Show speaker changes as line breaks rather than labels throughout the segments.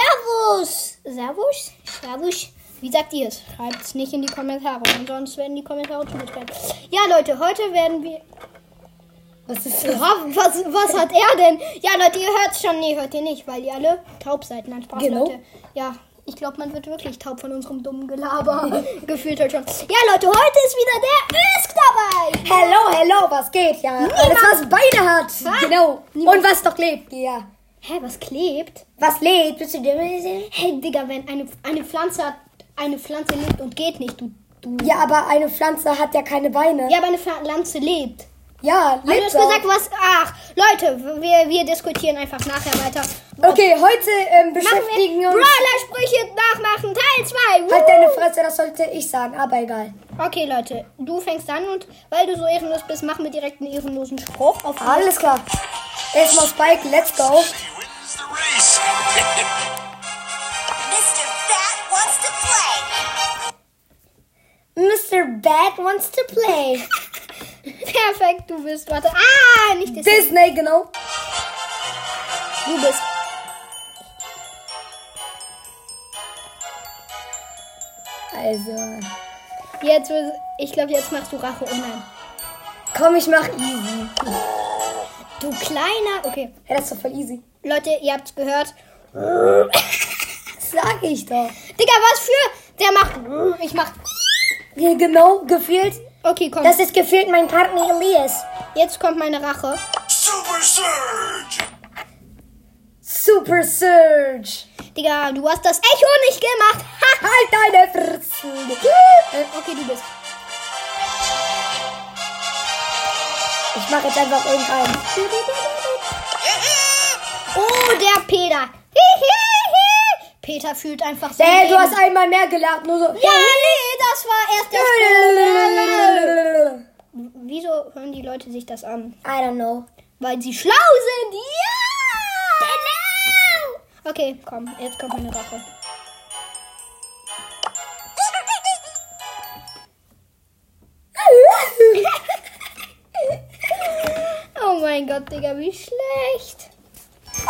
Servus! Servus? Servus? Wie sagt ihr es? Schreibt es nicht in die Kommentare, und sonst werden die Kommentare zugestellt. Ja, Leute, heute werden wir.
Was ist
Ja, Was, was hat er denn? Ja, Leute, ihr hört es schon. Nee, hört ihr nicht, weil ihr alle taub seid. Nein, Spaß,
Genau.
Leute. Ja, ich glaube, man wird wirklich taub von unserem dummen Gelaber. Gefühlt heute schon. Ja, Leute, heute ist wieder der Ösk dabei.
Hello, hello, was geht? Ja, alles, was Beine hat. Genau. Und was doch lebt. Ja.
Hä, was klebt?
Was lebt? Bist du dumm?
Hey, Digga, wenn eine, eine Pflanze hat, eine Pflanze lebt und geht nicht, du... du
Ja, aber eine Pflanze hat ja keine Beine.
ja, aber eine Pflanze lebt.
Ja,
Haben wir
lebt
das
doch.
gesagt, was... Ach, Leute, wir, wir diskutieren einfach nachher weiter.
Okay, heute ähm,
Machen
beschäftigen
wir
uns...
Brawler-Sprüche nachmachen, Teil 2.
Halt deine Fresse, das sollte ich sagen, aber egal.
Okay, Leute, du fängst an und weil du so ehrenlos bist, machen wir direkt einen ehrenlosen Spruch auf
Alles klar. Erstmal Spike, let's go.
He wins the race.
Mr. Fat wants to play.
Mr. Bad wants to play.
Perfekt, du bist. Warte. Ah, nicht das.
Disney, genau.
Du bist.
Also,
Jetzt, wird- ich glaube, jetzt machst du Rache. Oh nein.
komm, ich mach easy.
Du kleiner. Okay.
Ja, das ist doch voll easy.
Leute, ihr habt's gehört.
Das sag ich doch.
Digga, was für. Der macht. Ich mach.
Ja, genau, gefühlt.
Okay, komm.
Das ist gefühlt mein Partner Elias.
jetzt kommt meine Rache.
Super Surge.
Super Surge.
Digga, du hast das Echo nicht gemacht. Ha!
Halt deine Fresse.
Äh, Okay, du bist.
Ich mache jetzt einfach irgendeinen.
Oh, der Peter. Hihihi. Peter fühlt einfach so.
Hey, du hast einmal mehr gelacht, nur so.
Ja, nee, das war erst der Spruch.
I
Wieso hören die Leute sich das an?
don't know.
Weil sie schlau sind. Ja! Genau! Okay, komm, jetzt kommt meine Rache. Oh mein Gott, Digga, wie schlecht.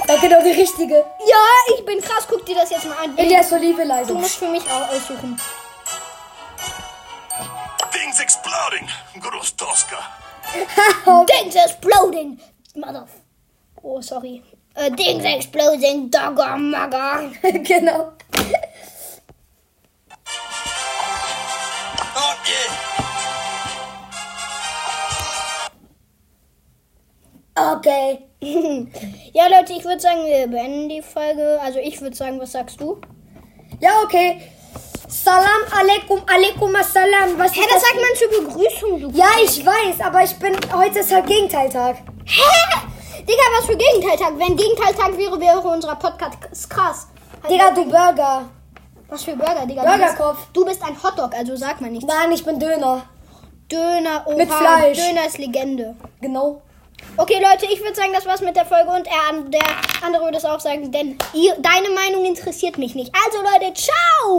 Ja, genau die richtige.
Ja, ich bin krass. Guck dir das jetzt mal an.
Elias so liebe
Du
leise.
musst für mich auch aussuchen.
Things exploding. Groß Tosca.
Dings exploding. Mother. Oh, sorry. Äh, Dings exploding. Dogger, Magger.
genau.
Oh yeah.
Okay.
ja, Leute, ich würde sagen, wir beenden die Folge. Also, ich würde sagen, was sagst du?
Ja, okay. Salam alaikum, alaikum assalam. Was
Hä,
ist
das sagt man zur Begrüßung, du.
Ja, ich weiß, aber ich bin. Heute ist halt Gegenteiltag.
Hä? Digga, was für Gegenteiltag? Wenn Gegenteiltag wäre, wäre unser Podcast krass. Halt,
Digga, du Burger.
Was für Burger, Digga?
Burgerkopf.
Du bist, du bist ein Hotdog, also sag mal nichts.
Nein, ich bin Döner.
Döner, Opa.
Mit Fleisch.
Döner ist Legende.
Genau.
Okay, Leute, ich würde sagen, das war's mit der Folge und er, an- der andere würde es auch sagen, denn ihr, deine Meinung interessiert mich nicht. Also, Leute, ciao!